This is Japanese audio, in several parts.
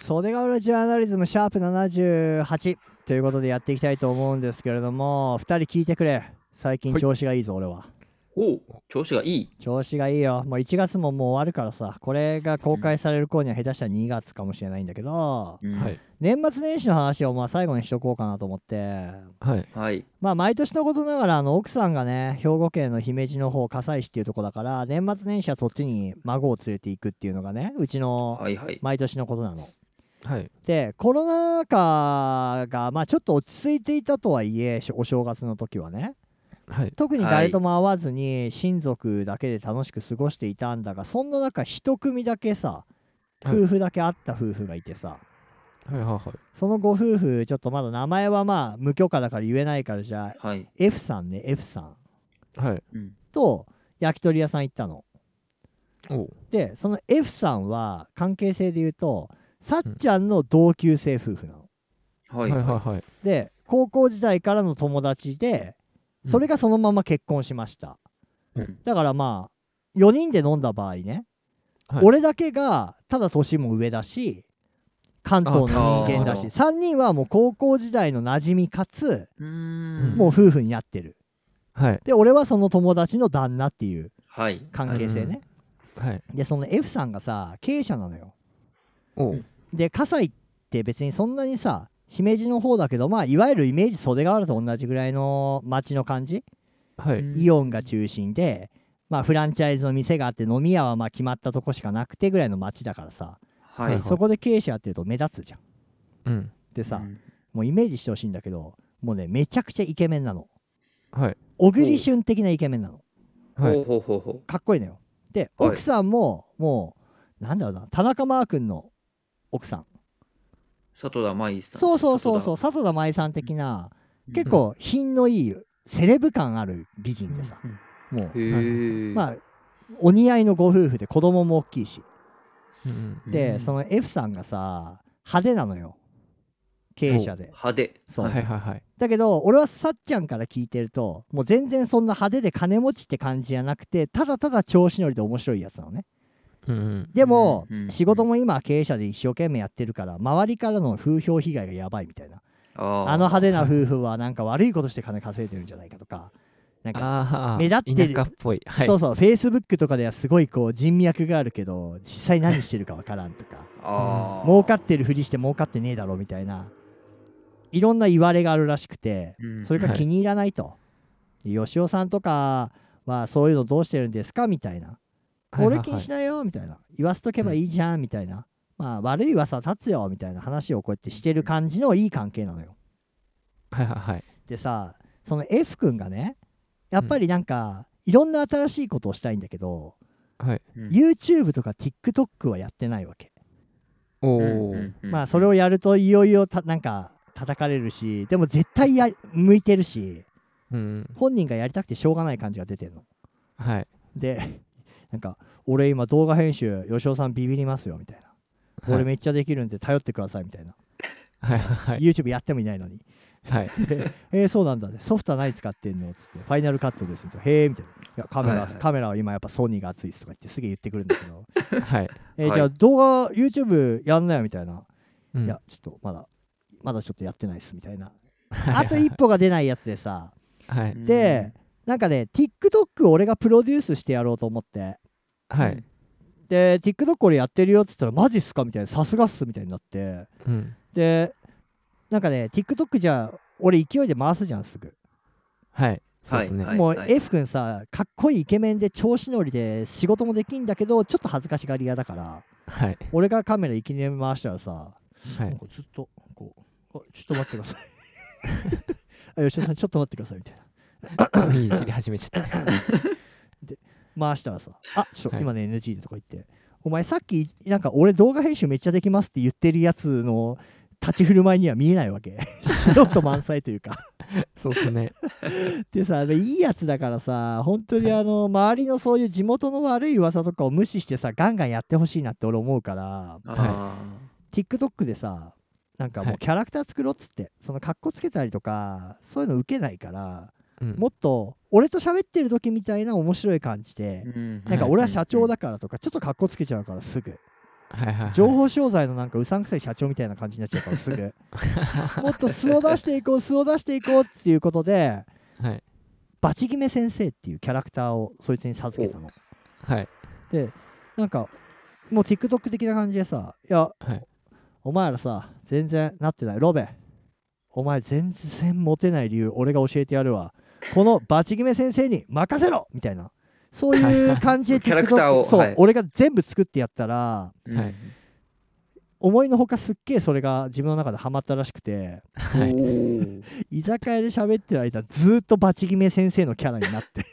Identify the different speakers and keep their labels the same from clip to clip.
Speaker 1: 袖ヶ浦ジャーナリズムシャープ78ということでやっていきたいと思うんですけれども2人聞いてくれ最近
Speaker 2: はい
Speaker 1: 調子がいいぞ俺は、
Speaker 3: おう調子がいい。
Speaker 1: 調子がいいよもう1月ももう終わるからさこれが公開される頃には下手したら2月かもしれないんだけど
Speaker 3: うん
Speaker 2: はい。
Speaker 1: 年末年始の話をまあ最後にしとこうかなと思って
Speaker 2: はい。
Speaker 3: はい。
Speaker 1: まあ毎年のことながらあの奥さんがね兵庫県の姫路の方加西市っていうとこだから年末年始はそっちに孫を連れていくっていうのがねうちの
Speaker 3: はいはい。
Speaker 1: 毎年のことなの。
Speaker 2: はい。
Speaker 1: でコロナ禍がまあちょっと落ち着いていたとはいえしお正月の時はね
Speaker 2: はい。
Speaker 1: 特に誰とも会わずに親族だけで楽しく過ごしていたんだが、そんな中一組だけさ
Speaker 2: はい
Speaker 1: 夫婦だけ会った夫婦がいてさ、
Speaker 2: はい。はい。
Speaker 1: そのご夫婦ちょっとまだ名前はまあ無許可だから言えないからじゃあ
Speaker 3: はい。
Speaker 1: F さんね F さん
Speaker 2: はい。
Speaker 3: うん。
Speaker 1: と焼き鳥屋さん行ったの
Speaker 2: おう
Speaker 1: でその F さんは関係性で言うとさっちゃんの同級生夫婦なの、
Speaker 3: は
Speaker 2: はいい。はい。
Speaker 3: は
Speaker 2: はい。
Speaker 1: で高校時代からの友達でそれがそのまま結婚しました、
Speaker 2: うん
Speaker 1: だからまあ4人で飲んだ場合ね、
Speaker 2: はい
Speaker 1: 俺だけがただ年も上だし関東の人間だし
Speaker 3: あ
Speaker 1: 3人はもう高校時代の馴染みかつ
Speaker 3: い。うーん。
Speaker 1: もう夫婦になってる
Speaker 2: はい。
Speaker 1: で俺はその友達の旦那っていう
Speaker 3: はい。
Speaker 1: 関係性ね、
Speaker 2: はい。
Speaker 1: でその F さんがさ経営者なのよ
Speaker 2: お
Speaker 3: う。
Speaker 2: うん
Speaker 1: で葛西って別にそんなにさ姫路の方だけどまあいわゆるイメージ袖ヶ浦と同じぐらいの街の感じ
Speaker 2: は
Speaker 3: う
Speaker 2: い。
Speaker 3: ん
Speaker 1: イオンが中心で、まあ、フランチャイズの店があって飲み屋はまあ決まったとこしかなくてぐらいの街だからさ、
Speaker 3: は。
Speaker 2: はいい
Speaker 1: そこで経営者やってると目立つじゃん。
Speaker 2: うん。
Speaker 1: でさ、
Speaker 3: うん
Speaker 1: もうイメージしてほしいんだけどもうねめちゃくちゃイケメンなの
Speaker 2: はい。
Speaker 1: 小栗旬的なイケメンなの
Speaker 2: はい
Speaker 3: ほ。うほうほうほ
Speaker 1: かっこいいのよ。で
Speaker 3: はい
Speaker 1: 奥さんももうなんだろうな田中マー君の奥さん
Speaker 3: う。里田舞さん。
Speaker 1: そうそうそうそうう里田舞さん的な、
Speaker 3: うん
Speaker 1: 結構品のいいセレブ感ある美人でさ、も
Speaker 3: へえ。
Speaker 1: うまあお似合いのご夫婦で子供も大きいし
Speaker 2: うん。
Speaker 3: あ
Speaker 1: で、そ
Speaker 3: の
Speaker 1: の F さんがさ派手なのよ経営者で
Speaker 3: 派手。
Speaker 1: そう、
Speaker 2: はい。はい。はい。
Speaker 1: だけど俺はさっちゃんから聞いてるともう全然そんな派手で金持ちって感じじゃなくてただただ調子乗りで面白いやつなのね
Speaker 2: うん。
Speaker 1: でも、
Speaker 3: うんうん
Speaker 1: 仕事も今経営者で一生懸命やってるから周りからの風評被害がやばいみたいな
Speaker 3: あ
Speaker 1: あ
Speaker 3: あ
Speaker 1: の派手な夫婦はなんか悪いことして金稼いでるんじゃないかとかなんか
Speaker 2: ああ。
Speaker 1: 目立ってる
Speaker 2: 田舎っぽい。はい。
Speaker 1: そうそうフェイスブックとかではすごいこう人脈があるけど実際何してるかわからんとか
Speaker 3: ああ。
Speaker 1: 儲かってるふりして儲かってねえだろみたいないろんな言われがあるらしくて
Speaker 3: うん
Speaker 1: それが気に入らないと、吉尾さんとかはそういうのどうしてるんですかみたいな、
Speaker 2: はい。
Speaker 1: 俺気にし
Speaker 2: ない。
Speaker 1: ないよみたいな言わせとけばいいじゃんみたいな、まあ悪い噂立つよみたいな話をこうやってしてる感じのいい関係なのよ
Speaker 2: はい。はい。はい。
Speaker 1: でさその F 君がねやっぱりなんか、いろんな新しいことをしたいんだけど、
Speaker 2: はい。
Speaker 3: うん
Speaker 1: YouTube とか TikTok はやってないわけ
Speaker 2: お
Speaker 3: うん
Speaker 2: お
Speaker 3: う。んうん
Speaker 1: まあそれをやるといよいよたなんか叩かれるしでも絶対や向いてるし
Speaker 2: うん。
Speaker 1: 本人がやりたくてしょうがない感じが出てるの。
Speaker 2: はい。
Speaker 1: で なんか「俺今動画編集吉尾さんビビりますよ」みたいな「俺めっちゃできるんで頼ってください」みたいな、
Speaker 2: はい。はい。
Speaker 1: YouTube やってもいないのに
Speaker 2: はい。
Speaker 1: 「えー、そうなんだねソフトは何使ってんの?」っつって「ファイナルカットです」みたいな「へえ」みたいな「いやカメラ、
Speaker 2: はいはい
Speaker 1: カメラは今やっぱソニーが熱いです」とか言ってすげえ言ってくるんだけど「
Speaker 2: はい。
Speaker 1: えー
Speaker 3: はい
Speaker 1: じゃあ動画 YouTube やんなよ」みたいな「
Speaker 2: うん
Speaker 1: いやちょっとまだまだちょっとやってないです」みたいなあと一歩が出ないやつでさ、
Speaker 2: はい。
Speaker 1: で、なんかね、TikTok を俺がプロデュースしてやろうと思って、
Speaker 2: はい。
Speaker 1: で、TikTok 俺やってるよって言ったら、マジっすかみたいな、さすがっすみたいになって、
Speaker 2: うん。
Speaker 1: で、なんかね、TikTok じゃ、俺勢いで回すじゃん、すぐ。
Speaker 2: はい。そうですね。
Speaker 3: はい
Speaker 1: もう
Speaker 3: はい
Speaker 1: F 君さ、かっこいいイケメンで調子乗りで仕事もできんだけど、ちょっと恥ずかしがり屋だから、
Speaker 2: はい。
Speaker 1: 俺がカメラいきなり回したらさ、
Speaker 2: は
Speaker 1: なん
Speaker 2: い。
Speaker 1: かずっとこう、あちょっと待ってください。 あ吉田さん、ちょっと待ってください、みたいな。
Speaker 2: いい切り始めちゃった。
Speaker 1: 回したらさ「あちょ、
Speaker 2: はい
Speaker 1: 今の NG で」とか言って「お前さっきなんか俺動画編集めっちゃできます」って言ってるやつの立ち振る舞いには見えないわ け素人満載というか
Speaker 2: そうですね。
Speaker 1: でさでいいやつだからさ本当にあの周りのそういう地元の悪い噂とかを無視してさガンガンやってほしいなって俺思うから
Speaker 3: ああ
Speaker 1: TikTok でさなんかも
Speaker 2: は
Speaker 1: う
Speaker 2: い
Speaker 1: キャラクター作ろうっつってその格好つけたりとかそういうの受けないから
Speaker 2: うん
Speaker 1: もっと俺と喋ってる時みたいな面白い感じで
Speaker 3: ー。うん
Speaker 1: なんか俺は社長だからとかちょっと格好つけちゃうからすぐ
Speaker 2: はいはいはい。
Speaker 1: 情報商材のなんかうさんくさい社長みたいな感じになっちゃうからすぐもっと素を出していこう素を出していこうっていうことで
Speaker 2: はい。
Speaker 1: バチ決め先生っていうキャラクターをそいつに授けたの
Speaker 2: はい。
Speaker 1: でなんかもう TikTok 的な感じでさ「いや
Speaker 2: はい。
Speaker 1: お前らさ全然なってないロベお前全然モテない理由俺が教えてやるわこのバチ決め先生に任せろみたいなそういう感 じで
Speaker 3: キャラクターを
Speaker 1: TikTok そう、
Speaker 3: はい
Speaker 1: 俺が全部作ってやったら
Speaker 3: うん
Speaker 2: はい
Speaker 1: 思いのほかすっげえそれが自分の中でハマったらしくて
Speaker 2: はい。
Speaker 3: おー
Speaker 1: 居酒屋で喋ってる間ずーっとバチ決め先生のキャラになって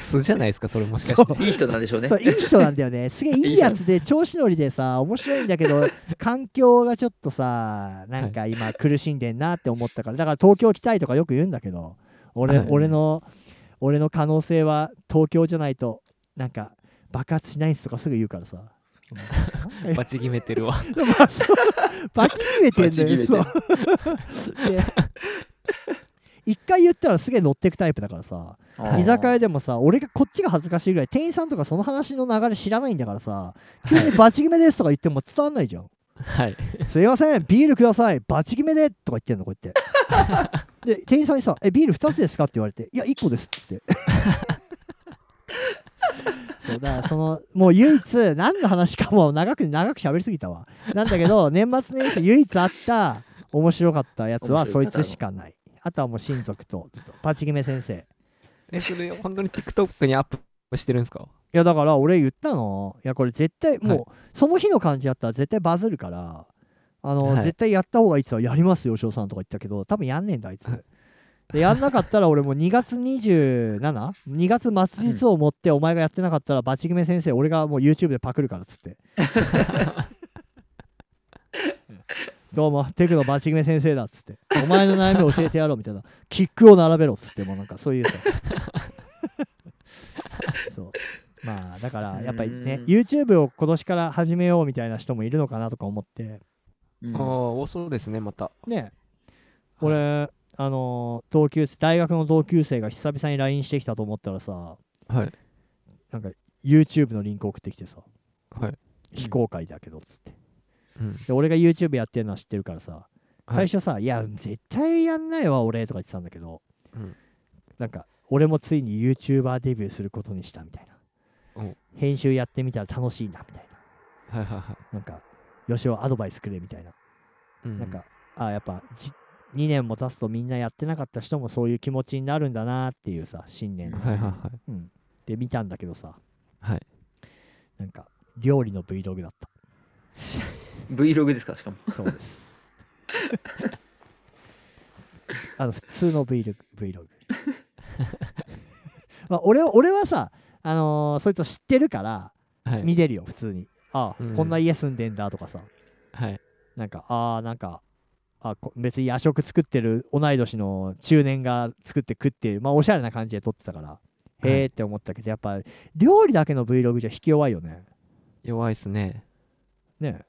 Speaker 2: 素じゃないですか、それもしか
Speaker 1: そ
Speaker 2: し
Speaker 1: う
Speaker 2: て。
Speaker 3: いい人なんでしょうね
Speaker 1: そういい人なんだよねすげえいいやつで調子乗りでさ面白いんだけど環境がちょっとさなんか今苦しんでんなって思ったからだから東京来たいとかよく言うんだけど俺,、
Speaker 2: はい
Speaker 1: 俺の俺の可能性は東京じゃないとなんか爆発しないんすとかすぐ言うからさ。
Speaker 2: バチ決めてるわ。
Speaker 1: まあ、そうバチ決めてんだよねそう
Speaker 3: バ
Speaker 1: で一回言ったらすげえ乗ってくタイプだからさ
Speaker 3: あー
Speaker 1: 居酒屋でもさ俺がこっちが恥ずかしいぐらい店員さんとかその話の流れ知らないんだからさ急に「バチ決めです」とか言っても伝わんないじゃん
Speaker 2: はい。
Speaker 1: 「すいませんビールくださいバチ決めで」とか言ってんのこうやって で店員さんにさ「えビール2つですか?」って言われて「いや1個です」ってそうだからそのもう唯一何の話かもう長く長く喋りすぎたわなんだけど 年末年始唯一あった面白かったやつは
Speaker 3: 面
Speaker 1: そ
Speaker 3: 白い
Speaker 1: いつしかないあとはもう親族とちょっとバチ決め先生
Speaker 2: え、それ、本当に TikTok にアップしてるんですか
Speaker 1: いやだから俺言ったのいやこれ絶対もう、
Speaker 2: は
Speaker 1: その日の感じやったら絶対バズるからあの、
Speaker 2: はい
Speaker 1: 絶対やった方がいいって言ったらやりますよ吉尾さんとか言ったけど多分やんねえんだあいつ、
Speaker 2: はい
Speaker 1: でやんなかったら俺もう2月 27?2 月末日をもってお前がやってなかったらバチ決め先生俺がもう YouTube でパクるからっつって どうもテクのバチ決め先生だっつってお前の悩み教えてやろうみたいなキックを並べろっつってもうなんかそういう さそうまあだからやっぱりね
Speaker 3: うん
Speaker 1: YouTube を今年から始めようみたいな人もいるのかなとか思って
Speaker 3: うん
Speaker 2: ああ、多そうですね、また。
Speaker 1: ね俺、あのー同級生大学の同級生が久々に LINE してきたと思ったらさ
Speaker 2: はい。
Speaker 1: なんか YouTube のリンク送ってきてさ
Speaker 2: はい。
Speaker 1: 非公開だけどっつって
Speaker 2: うん。
Speaker 1: で俺が YouTube やってるのは知ってるからさ最初さ「いや絶対やんないわ俺」とか言ってたんだけど
Speaker 2: うん
Speaker 1: なんか俺もついに YouTuber デビューすることにしたみたいな、
Speaker 2: うん
Speaker 1: 編集やってみたら楽しいなみたいな
Speaker 2: はいはいは
Speaker 1: なんか吉尾アドバイスくれみたいな、
Speaker 2: い。う
Speaker 1: なんか、あやっぱじ2年も経つとみんなやってなかった人もそういう気持ちになるんだなっていうさ新年の、
Speaker 2: はいはいはい。
Speaker 1: うん、で見たんだけどさ
Speaker 2: はい。
Speaker 1: なんか料理の Vlog だった
Speaker 3: Vlog ですかしかも
Speaker 1: そうです あの普通の Vlog, Vlog まあ俺は俺はさあのーそいつを知ってるから
Speaker 2: はい。
Speaker 1: 見てるよ普通にああ、
Speaker 2: うん
Speaker 1: こんな家住んでんだとかさ
Speaker 2: はい。
Speaker 1: なんか、ああ、なんか、あこ別に夜食作ってる同い年の中年が作って食ってる、まあ、おしゃれな感じで撮ってたから、
Speaker 2: い
Speaker 1: へえって思ったけど、やっぱ、料理だけの Vlog じゃ引き弱いよね。
Speaker 2: 弱いっすね。
Speaker 1: ね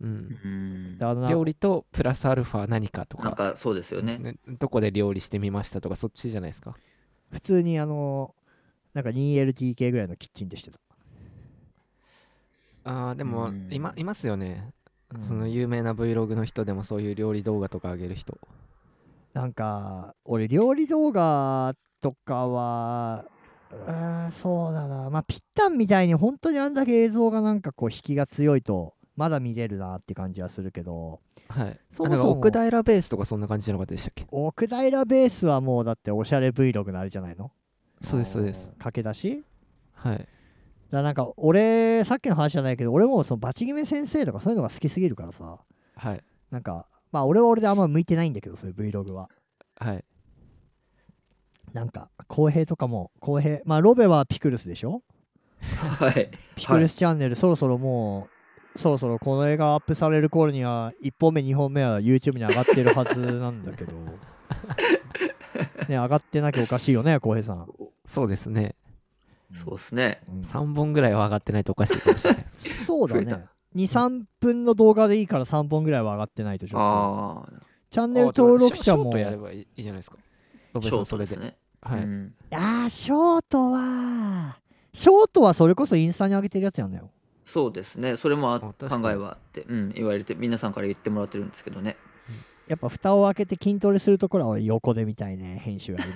Speaker 2: うん。
Speaker 3: うん
Speaker 1: であのな
Speaker 2: 料理とプラスアルファ何かと
Speaker 3: なん
Speaker 2: か。
Speaker 3: かそうですよね
Speaker 2: ねどこで料理してみましたとか、そっちじゃないですか。
Speaker 1: 普通に、あの、なんか 2LDK ぐらいのキッチンでしてた。
Speaker 2: ああ、でも、
Speaker 3: うん
Speaker 2: いま、いますよね。
Speaker 1: うん
Speaker 2: その有名な Vlog の人でもそういう料理動画とか上げる人。
Speaker 1: なんか、俺、料理動画とかは、うーん、そうだな、まあ、ピッタンみたいに、本当にあんだけ映像がなんかこう、引きが強いと、まだ見れるなって感じはするけど、
Speaker 2: はい。
Speaker 1: そもそも
Speaker 2: あなんか奥平ベースとかそんな感じじゃなかったでしたっけ
Speaker 1: 奥平ベースはもうだっておしゃれ Vlog のあれじゃないの
Speaker 2: そうです、そうです。
Speaker 1: 駆け出し
Speaker 2: はい。
Speaker 1: だからなんか俺さっきの話じゃないけど俺もそのバチ決め先生とかそういうのが好きすぎるからさ
Speaker 2: はい。
Speaker 1: なんかまあ俺は俺であんま向いてないんだけどそういう Vlog は
Speaker 2: はい。
Speaker 1: なんか浩平とかも浩平まあロベはピクルスでしょ
Speaker 3: はい
Speaker 1: ピクルスチャンネル、そろそろもうそろそろこの映画アップされる頃には1本目2本目は YouTube に上がってるはずなんだけ どね上がってなきゃおかしいよね浩平さん、
Speaker 2: そうですね。
Speaker 3: そうですね
Speaker 1: うん
Speaker 2: 3本ぐらいは上がってないとおかしいかもしれ ないです。
Speaker 1: そうだ
Speaker 3: 増え
Speaker 1: ね。2、3分の動画でいいから3本ぐらいは上がってないとちょっと。
Speaker 3: ああ
Speaker 1: チャンネル登録者
Speaker 2: ショー
Speaker 1: も
Speaker 2: ト。やればいいいいじゃないですか。ロベ
Speaker 3: シ
Speaker 2: さ
Speaker 3: ョ
Speaker 2: ん、
Speaker 3: ート
Speaker 2: それ
Speaker 3: で
Speaker 2: で。
Speaker 3: すね
Speaker 2: は
Speaker 3: う
Speaker 2: い。
Speaker 3: ん
Speaker 1: ああ、ショートは。ショートはそれこそインスタに上げてるやつやんだよ。
Speaker 3: そうですねそれもあ
Speaker 2: あ
Speaker 3: 考
Speaker 2: 確かに
Speaker 3: えはあって、うん、言われて皆さんから言ってもらってるんですけ どね
Speaker 1: やっぱ蓋を開けて筋トレするところは俺横で見たいね編集やる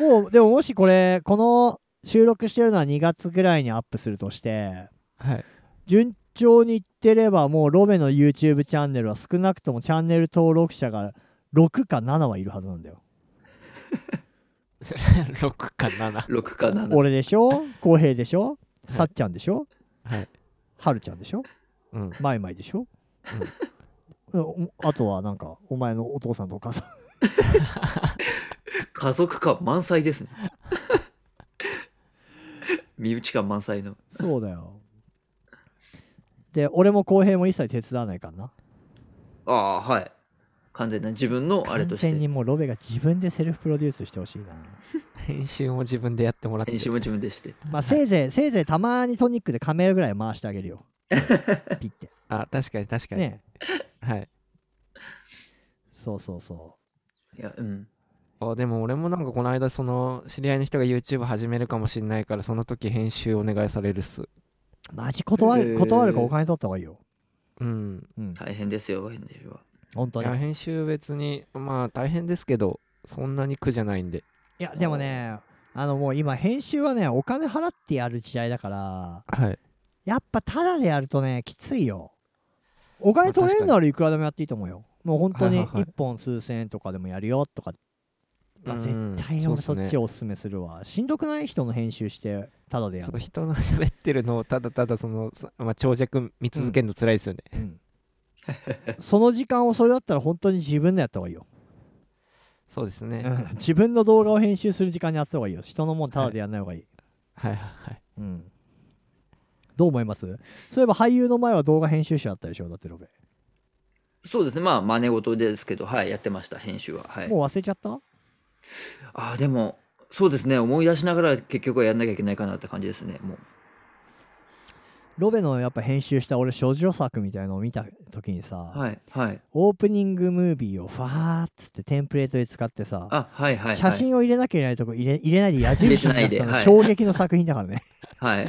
Speaker 1: の もうでももしこれこの収録してるのは2月ぐらいにアップするとして
Speaker 2: はい。
Speaker 1: 順調にいってればもうロベの YouTube チャンネルは少なくともチャンネル登録者が6か7はいるはずなんだよ
Speaker 2: 6か7。
Speaker 3: 6か7
Speaker 1: 俺でしょ浩平でしょ
Speaker 2: い
Speaker 1: さっちゃんでしょ
Speaker 2: はい。
Speaker 1: はるちゃんでしょ
Speaker 2: うん。
Speaker 1: マイマイでしょ、うんあとはなんかお前のお父さんとお母さん
Speaker 3: 家族感満載ですね 身内感満載の
Speaker 1: そうだよ。で、俺も浩平も一切手伝わないからな。
Speaker 3: ああはい完全な自分のあれ
Speaker 1: 完
Speaker 3: として
Speaker 1: 全にもうロベが自分でセルフプロデュースしてほしいな。
Speaker 2: 編集も自分でやってもらって。
Speaker 3: 編集も自分でして
Speaker 1: まあ、せいぜい、せいぜいたまにトニックでカメラぐらい回してあげる よ。ピッて。
Speaker 2: あ、確かに確かに。
Speaker 1: ね。
Speaker 2: はい。
Speaker 1: そうそうそ
Speaker 3: いやうん
Speaker 2: あでも俺もなんかこの間その知り合いの人が YouTube 始めるかもしんないからその時編集お願いされるっす。
Speaker 1: う。マジ断
Speaker 3: へ
Speaker 1: る、
Speaker 3: ー
Speaker 1: 断るかお金取った方がいいよ。
Speaker 2: うん。
Speaker 1: うん。
Speaker 3: 大変ですよ編集はい
Speaker 1: 本当に
Speaker 2: や。編集別にまあ大変ですけどそんなに苦じゃないんで。
Speaker 1: いや、でもね、あのもう今編集はね、お金払ってやる時代だから、
Speaker 2: はい。
Speaker 1: やっぱタダでやるとね、きついよ。お金取れるならいくらでもやっていいと思うよ。もう本当
Speaker 2: は
Speaker 1: に
Speaker 2: いはいはい
Speaker 1: 1本数千円とかでもやるよとか、まあ
Speaker 2: うん
Speaker 1: 絶対
Speaker 2: そうっ
Speaker 1: 俺
Speaker 2: す
Speaker 1: そっ
Speaker 2: ね
Speaker 1: ちをおすすめするわ。しんどくない人の編集してタダでや
Speaker 2: そ
Speaker 1: る
Speaker 2: う。人の喋ってるのをただただその、さまあ、長尺見続けるの辛いですよね。
Speaker 1: うん、その時間をそれだったら本当に自分でやった方がいいよ。
Speaker 2: そうですね。
Speaker 1: うん自分の動画を編集する時間にやった方がいいよ。人のもんタダでやんない方がいい。
Speaker 2: はいはいはい。
Speaker 1: うん。どう思いますそういえば俳優の前は動画編集者だったでしょだってロベ。
Speaker 3: そうですねまあ真似事ですけどはいやってました編集ははい
Speaker 1: もう忘れちゃった
Speaker 3: ああでもそうですね思い出しながら結局はやんなきゃいけないかなって感じですねもう
Speaker 1: ロベのやっぱ編集した俺諸女作みたいのを見た時にさ、
Speaker 3: はいはい
Speaker 1: オープニングムービーをファーっつってテンプレートで使ってさ、
Speaker 3: あはいはいはい
Speaker 1: 写真を入れなきゃいけないとこ入れ 入れないで矢印になってたの
Speaker 3: 入れてないではい
Speaker 1: 衝撃の作品だからね
Speaker 3: はい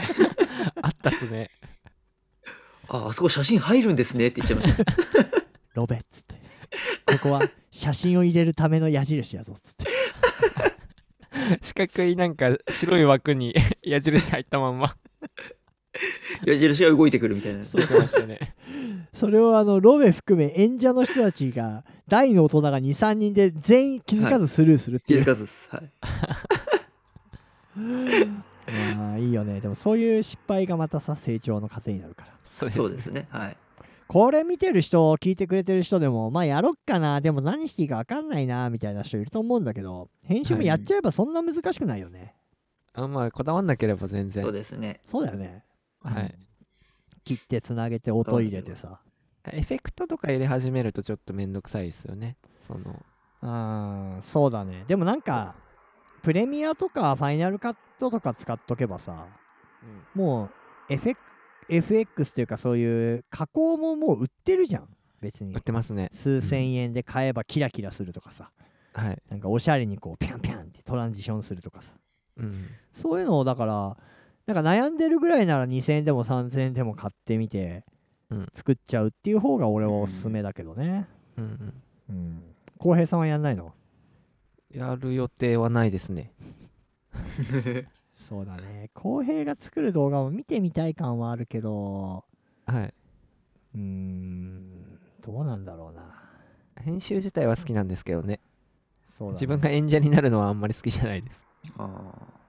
Speaker 2: あったっすね。
Speaker 3: ああそこ写真入るんですねって言っちゃいました
Speaker 1: ロベっつってここは写真を入れるための矢印やぞっつって
Speaker 2: 四角いなんか白い枠に 矢印入ったまんま
Speaker 3: 矢印が動いてくるみたいな
Speaker 2: 出てましたね。
Speaker 1: それをあのロベ含め演者の人たちが大の大人が23人で全員気づかずスルーするって
Speaker 3: 気
Speaker 1: いう
Speaker 3: づ、かずですはい
Speaker 1: まあいいよねでもそういう失敗がまたさ成長の糧になるから
Speaker 2: そうです
Speaker 3: そ
Speaker 2: ね
Speaker 3: うですねはい
Speaker 1: これ見てる人聞いてくれてる人でもまあやろっかなでも何していいか分かんないなみたいな人いると思うんだけど編集もやっちゃえばそんな難しくないよね、
Speaker 2: あんまあこだわんなければ全然。
Speaker 3: そうですね
Speaker 1: そうだよね
Speaker 2: はい。
Speaker 1: 切ってつなげて音入れてさ
Speaker 2: エフェクトとか入れ始めるとちょっとめんどくさいですよね。その
Speaker 1: うんそうだねでもなんかプレミアとかファイナルカットとか使っとけばさもうエフェク FX っていうかそういう加工ももう売ってるじゃん別に
Speaker 2: 売ってますね。
Speaker 1: 数千円で買えばキラキラするとかさ
Speaker 2: はい。
Speaker 1: なんかおしゃれにこうピャンピャンってトランジションするとかさ
Speaker 2: うん。
Speaker 1: そういうのをだからなんか悩んでるぐらいなら2000円でも3000円でも買ってみて
Speaker 2: うん
Speaker 1: 作っちゃうっていう方が俺はおすすめだけどね
Speaker 2: うんうん、
Speaker 1: うん浩平さんはやんないの
Speaker 2: やる予定はないですね。
Speaker 1: そうだね浩平が作る動画も見てみたい感はあるけど
Speaker 2: はい。
Speaker 1: うーんどうなんだろうな
Speaker 2: 編集自体は好きなんですけどね。
Speaker 1: そうだね
Speaker 2: 自分が演者になるのはあんまり好きじゃないです。
Speaker 3: あ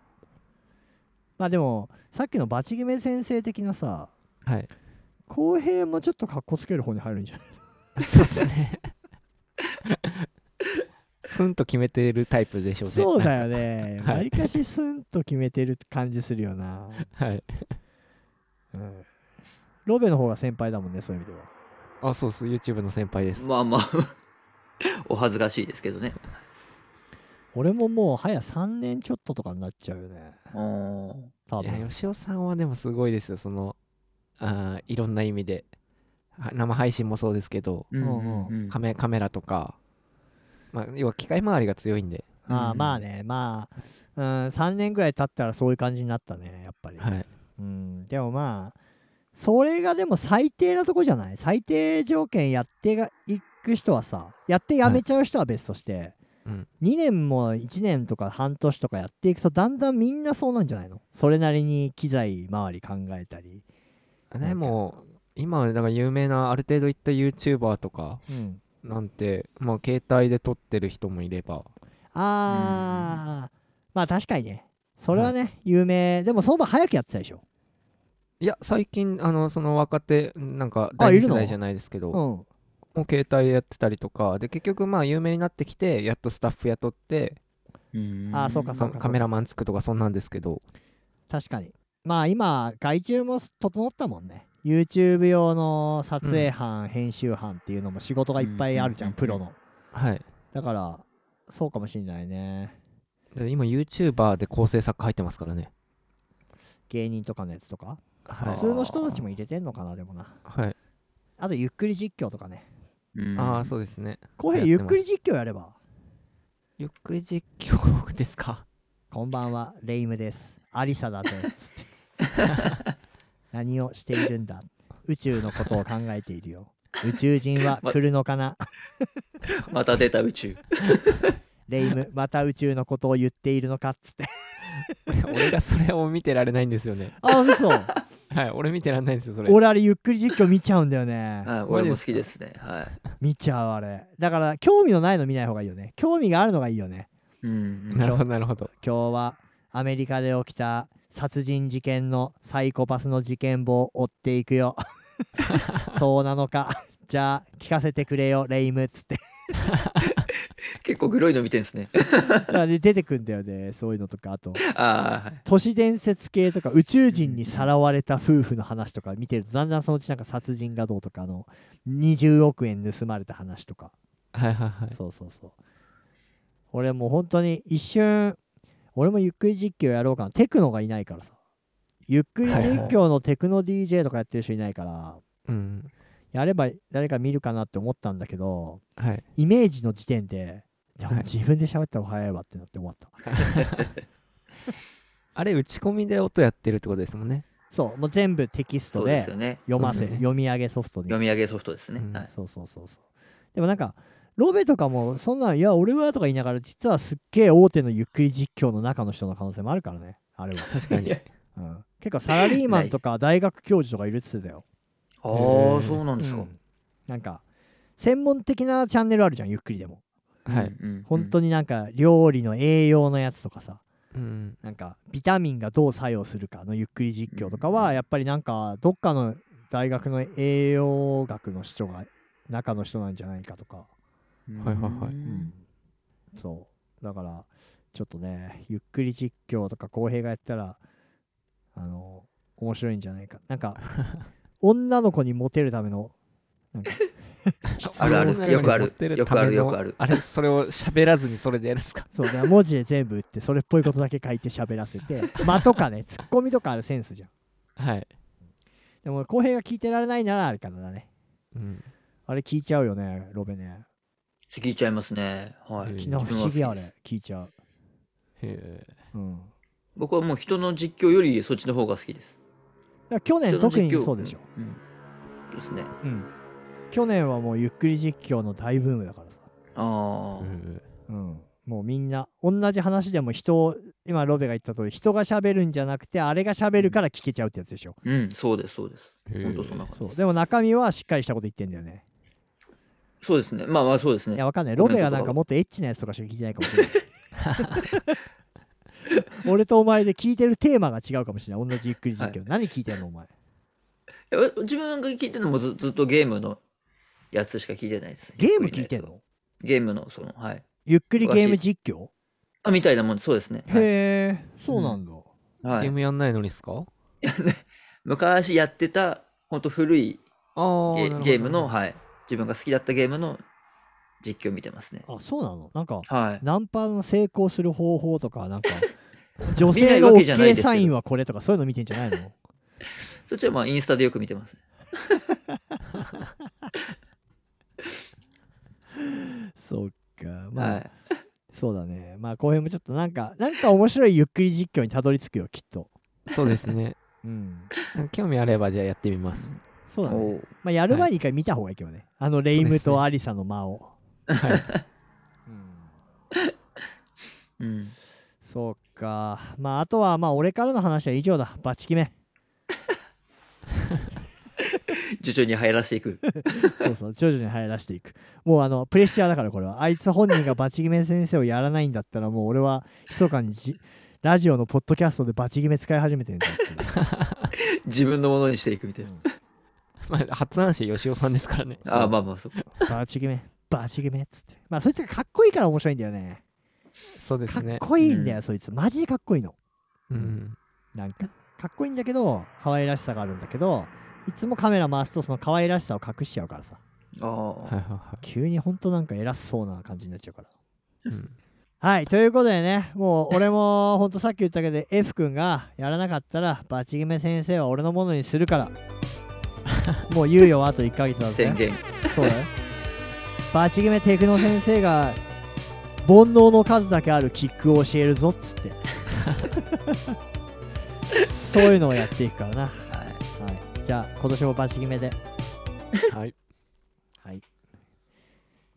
Speaker 1: まあでもさっきのバチ決め先生的なさ
Speaker 2: はい。
Speaker 1: 浩平もちょっとかっこつける方に入るんじゃない
Speaker 2: そうですね。スンと決めてるタイプでしょうね。
Speaker 1: そうだよね
Speaker 2: はい
Speaker 1: わりかしスンと決めてる感じするよな
Speaker 2: はい。
Speaker 1: うんロベの方が先輩だもんねそういう意味では
Speaker 2: あ、そうです。YouTube の先輩で
Speaker 3: あ
Speaker 2: す。
Speaker 3: まあま あお恥ずかしいですけどね
Speaker 1: 俺ももう早3年ちょっととかになっちゃうよね
Speaker 3: あー
Speaker 1: 多
Speaker 2: いや、
Speaker 1: 分
Speaker 2: 吉尾さんはでもすごいですよ。その、あーいろんな意味で。は生配信もそうですけど、
Speaker 3: うんうんうん
Speaker 2: カメカメラとか、まあ、要は機械周りが強いんで。
Speaker 1: ああ
Speaker 2: うん
Speaker 1: まあねまあ、うん、3年ぐらい経ったらそういう感じになったねやっぱり、
Speaker 2: はい。
Speaker 1: うん、でもまあそれがでも最低なとこじゃない最低条件やってがいく人はさやってやめちゃう人は別として、
Speaker 2: うん
Speaker 1: 2年も1年とか半年とかやっていくとだんだんみんなそうなんじゃないのそれなりに機材周り考えたり、
Speaker 2: でも、今、だから有名なある程度いった YouTuber とか
Speaker 1: うん、
Speaker 2: なんて、まあ、携帯で撮ってる人もいれば、
Speaker 1: あーまあ確かにねそれはね、有名でもその分早くやってたでしょ
Speaker 2: いや、最近、あの、その若手、なんか、
Speaker 1: あ
Speaker 2: 第
Speaker 1: い
Speaker 2: 二
Speaker 1: る
Speaker 2: 世
Speaker 1: の
Speaker 2: 代じゃないですけど、
Speaker 1: う
Speaker 2: も
Speaker 1: ん
Speaker 2: う携帯やってたりとか、で、結局、まあ、有名になってきて、やっとスタッフ雇って、
Speaker 1: あーそうかそう
Speaker 2: カカメラマンつくとか、そんなんですけど、
Speaker 1: 確かにまあ今外注も整ったもんね YouTube 用の撮影班、編集班っていうのも仕事がいっぱいあるじゃん、
Speaker 3: うん
Speaker 1: プロの
Speaker 2: はい。
Speaker 1: だからそうかもしんないね
Speaker 2: で今、YouTuber で構成作家入ってますからね。
Speaker 1: 芸人とかのやつとか
Speaker 2: は
Speaker 1: 普
Speaker 2: い
Speaker 1: 通。の人たちも入れてんのかなでもな
Speaker 2: はい、
Speaker 1: あとゆっくり実況とかね
Speaker 3: うん
Speaker 2: ああ、そうですね。
Speaker 1: 浩平ゆ
Speaker 2: や
Speaker 1: っ
Speaker 2: ってます
Speaker 1: くり実況やれば
Speaker 2: ゆっくり実況ですか。
Speaker 1: こんばんはレイムですアリサだぜつって 何をしているんだ宇宙のことを考えているよ宇宙人は来るのかな
Speaker 3: また出た宇宙。
Speaker 1: レイムまた宇宙のことを言っているのかっつって
Speaker 2: 俺がそれを見てられないんですよね。
Speaker 1: あ嘘
Speaker 2: はい、俺見てられないんですよ、そ れ。
Speaker 1: 俺あれゆっくり実況見ちゃうんだよね
Speaker 3: はい、俺も好きですね。はい。
Speaker 1: 見ちゃうあれだから興味のないの見ない方がいいよね興味があるのがいいよね
Speaker 3: うん
Speaker 2: なるほど、なるほど。
Speaker 1: 今日はアメリカで起きた殺人事件のサイコパスの事件簿を追っていくよ そうなのかじゃあ聞かせてくれよレイムっつって
Speaker 3: 結構グロいの見てんですね。
Speaker 1: だからね出てくんだよねそういうのとかあと
Speaker 3: ああ、はい。
Speaker 1: 都市伝説系とか宇宙人にさらわれた夫婦の話とか見てるとだんだんそのうちなんか殺人がどうとかあの20億円盗まれた話とか、
Speaker 2: はいはいはい。
Speaker 1: そうそうそう俺もう本当に一瞬俺もゆっくり実況やろうかなテクノがいないからさゆっくり実況のテクノ DJ とかやってる人いないから
Speaker 2: うん。
Speaker 1: やれば誰か見るかなって思ったんだけど
Speaker 2: はい。
Speaker 1: イメージの時点ででも
Speaker 2: はい
Speaker 1: 自分で喋った方が早いわってなって終わった、
Speaker 2: あれ、打ち込みで音やってるってことですもんね。
Speaker 1: そうもう全部テキス
Speaker 3: そ
Speaker 1: ト
Speaker 3: うで
Speaker 1: です
Speaker 3: よね。
Speaker 1: 読ませ、
Speaker 2: そうですね
Speaker 1: 読み上げソフトに
Speaker 3: 読み上げソフトですね。
Speaker 2: うん
Speaker 3: はい。
Speaker 1: そうそうそうそうでもなんかロベとかもそんなんいや俺はとか言いながら実はすっげえ大手のゆっくり実況の中の人の可能性もあるからねあれは、
Speaker 2: 確かに。
Speaker 3: いや
Speaker 1: うん、結構サラリーマンとか大学教授とかいるっつってたよ、
Speaker 3: あ
Speaker 2: へ
Speaker 3: あ、
Speaker 2: ー
Speaker 3: そうなんです
Speaker 1: う
Speaker 3: か。
Speaker 1: んなんか専門的なチャンネルあるじゃんゆっくりでも
Speaker 2: はい。
Speaker 3: うん。うん
Speaker 1: 本当になんか料理の栄養のやつとかさ
Speaker 2: うん。
Speaker 1: なんかビタミンがどう作用するかのゆっくり実況とか
Speaker 3: う
Speaker 1: は
Speaker 3: ん
Speaker 1: やっぱりなんかどっかの大学の栄養学の人が中の人なんじゃないかとか
Speaker 2: はいはいはい
Speaker 3: うん
Speaker 1: そうだからちょっとねゆっくり実況とか浩平がやったらあの面白いんじゃないかなんか女の子にモテるためのなんか
Speaker 3: あるあるよくあるよくあるよくある
Speaker 2: あれ、それを喋らずにそれでやるっすか。
Speaker 1: そうだから文字で全部打ってそれっぽいことだけ書いて喋らせて間とかねツッコミとかあるセンスじゃん
Speaker 2: はい。
Speaker 1: でも浩平が聞いてられないならあるからだね
Speaker 2: うん。
Speaker 1: あれ聞いちゃうよねロベね
Speaker 3: 聞いちゃいますね。は
Speaker 2: うん
Speaker 3: い。
Speaker 1: 昨日不思議あれ聞いちゃう
Speaker 2: へ
Speaker 1: うん
Speaker 3: 僕はもう人の実況よりそっちの方が好きです。
Speaker 1: だから去年
Speaker 3: 人の
Speaker 1: 特
Speaker 3: 実況
Speaker 1: にそうでしょ、。
Speaker 3: うん。うんですね。
Speaker 1: うん、去年はもうゆっくり実況の大ブームだからさ
Speaker 3: あ
Speaker 2: ーうん
Speaker 1: うん、もうみんな同じ話でも人を今ロベが言った通り人が喋るんじゃなくてあれが喋るから聞けちゃうってやつでしょ、
Speaker 3: あ。うん、そうです、そうです。
Speaker 2: へ
Speaker 3: 本当そんな
Speaker 2: ー
Speaker 3: 感じ。
Speaker 1: そうでも中身はしっかりしたこと言ってんだよね
Speaker 3: そうですね。まあまあ、そうです
Speaker 1: い
Speaker 3: ね
Speaker 1: や。わかんないロベがなんかもっとエッチなやつとかしか聞いてないかもし れない俺とお前で聞いてるテーマが違うかもしれない同じゆっくり実況、何聞いてんのお前
Speaker 3: いや自分が聞いてるのもずずっとゲームのやつしか聞いてないです。
Speaker 1: ゲーム聞いてんの
Speaker 3: ゲームの、その、はい。
Speaker 1: ゆっくりゲーム実況、
Speaker 3: あ、みたいなもん、そうですね。はい
Speaker 1: へえそうなんだ、
Speaker 3: は
Speaker 2: ゲー
Speaker 3: い、
Speaker 2: ムやんないのにっすか
Speaker 3: 昔やってた、本当古い
Speaker 2: ああ
Speaker 3: ゲゲームの、はい。自分が好きだったゲームの実況見てますね。
Speaker 1: あそうなのなんか
Speaker 3: はい。
Speaker 1: ナンパの成功する方法とか なんか女
Speaker 3: 見な
Speaker 1: 性
Speaker 3: い
Speaker 1: の
Speaker 3: わけじゃな
Speaker 1: OK
Speaker 3: いですけど
Speaker 1: サインはこれとかそういうの見てんじゃないの
Speaker 3: そっちはまあインスタでよく見てます。
Speaker 1: そうかまあ、
Speaker 3: はい。
Speaker 1: そうだねまあ後編もちょっとなんかなんか面白いゆっくり実況にたどり着くよきっと
Speaker 2: そうですね。
Speaker 1: うん
Speaker 2: なんか興味あればじゃあやってみます。
Speaker 1: そうだね
Speaker 3: おう
Speaker 1: まあやる前に一回見た方がいいけどね、あのレイムとアリサの間を
Speaker 2: はい。
Speaker 3: うん。
Speaker 1: そうかまああとはまあ俺からの話は以上だバチキメン
Speaker 3: 徐々に入らせていく。
Speaker 1: そうそう徐々に入らせていくもうあのプレッシャーだからこれはあいつ本人がバチ決め先生をやらないんだったらもう俺は密かにじラジオのポッドキャストでバチ決め使い始めてんだっていう
Speaker 3: 自分のものにしていくみたいな。
Speaker 2: まあ、発案者、吉尾さんですからね。
Speaker 3: ああ、まあまあ、そっか。
Speaker 1: バチ決めバチ決めっつってまあそいつがかっこいいから面白いんだよね
Speaker 2: そうで
Speaker 1: か
Speaker 2: す
Speaker 1: っ
Speaker 2: ね。
Speaker 1: こいいんだよ、
Speaker 3: う
Speaker 1: そいつマジでかっこいいの
Speaker 2: うん。
Speaker 1: なんかかっこいいんだけど可愛らしさがあるんだけどいつもカメラ回すとその可愛らしさを隠しちゃうからさ
Speaker 3: あ
Speaker 2: はい
Speaker 3: あ。
Speaker 2: はいは
Speaker 1: 急にほんとなんか偉そうな感じになっちゃうから
Speaker 2: い。うん。
Speaker 1: はい、ということでね、もう俺もほんとさっき言ったけど、F 君がやらなかったら、バチ決め先生は俺のものにするから。 もう猶予はあと1ヶ月だぜ。
Speaker 3: 宣言。
Speaker 1: そうだよ。バチ決めテクノ先生が、煩悩の数だけあるキックを教えるぞっつって。 そういうのをやっていくからな。は
Speaker 3: はい。
Speaker 1: い、じゃあ、今年もバチ決めで。
Speaker 2: はい。
Speaker 1: はい。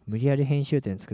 Speaker 1: 無理やり編集点作って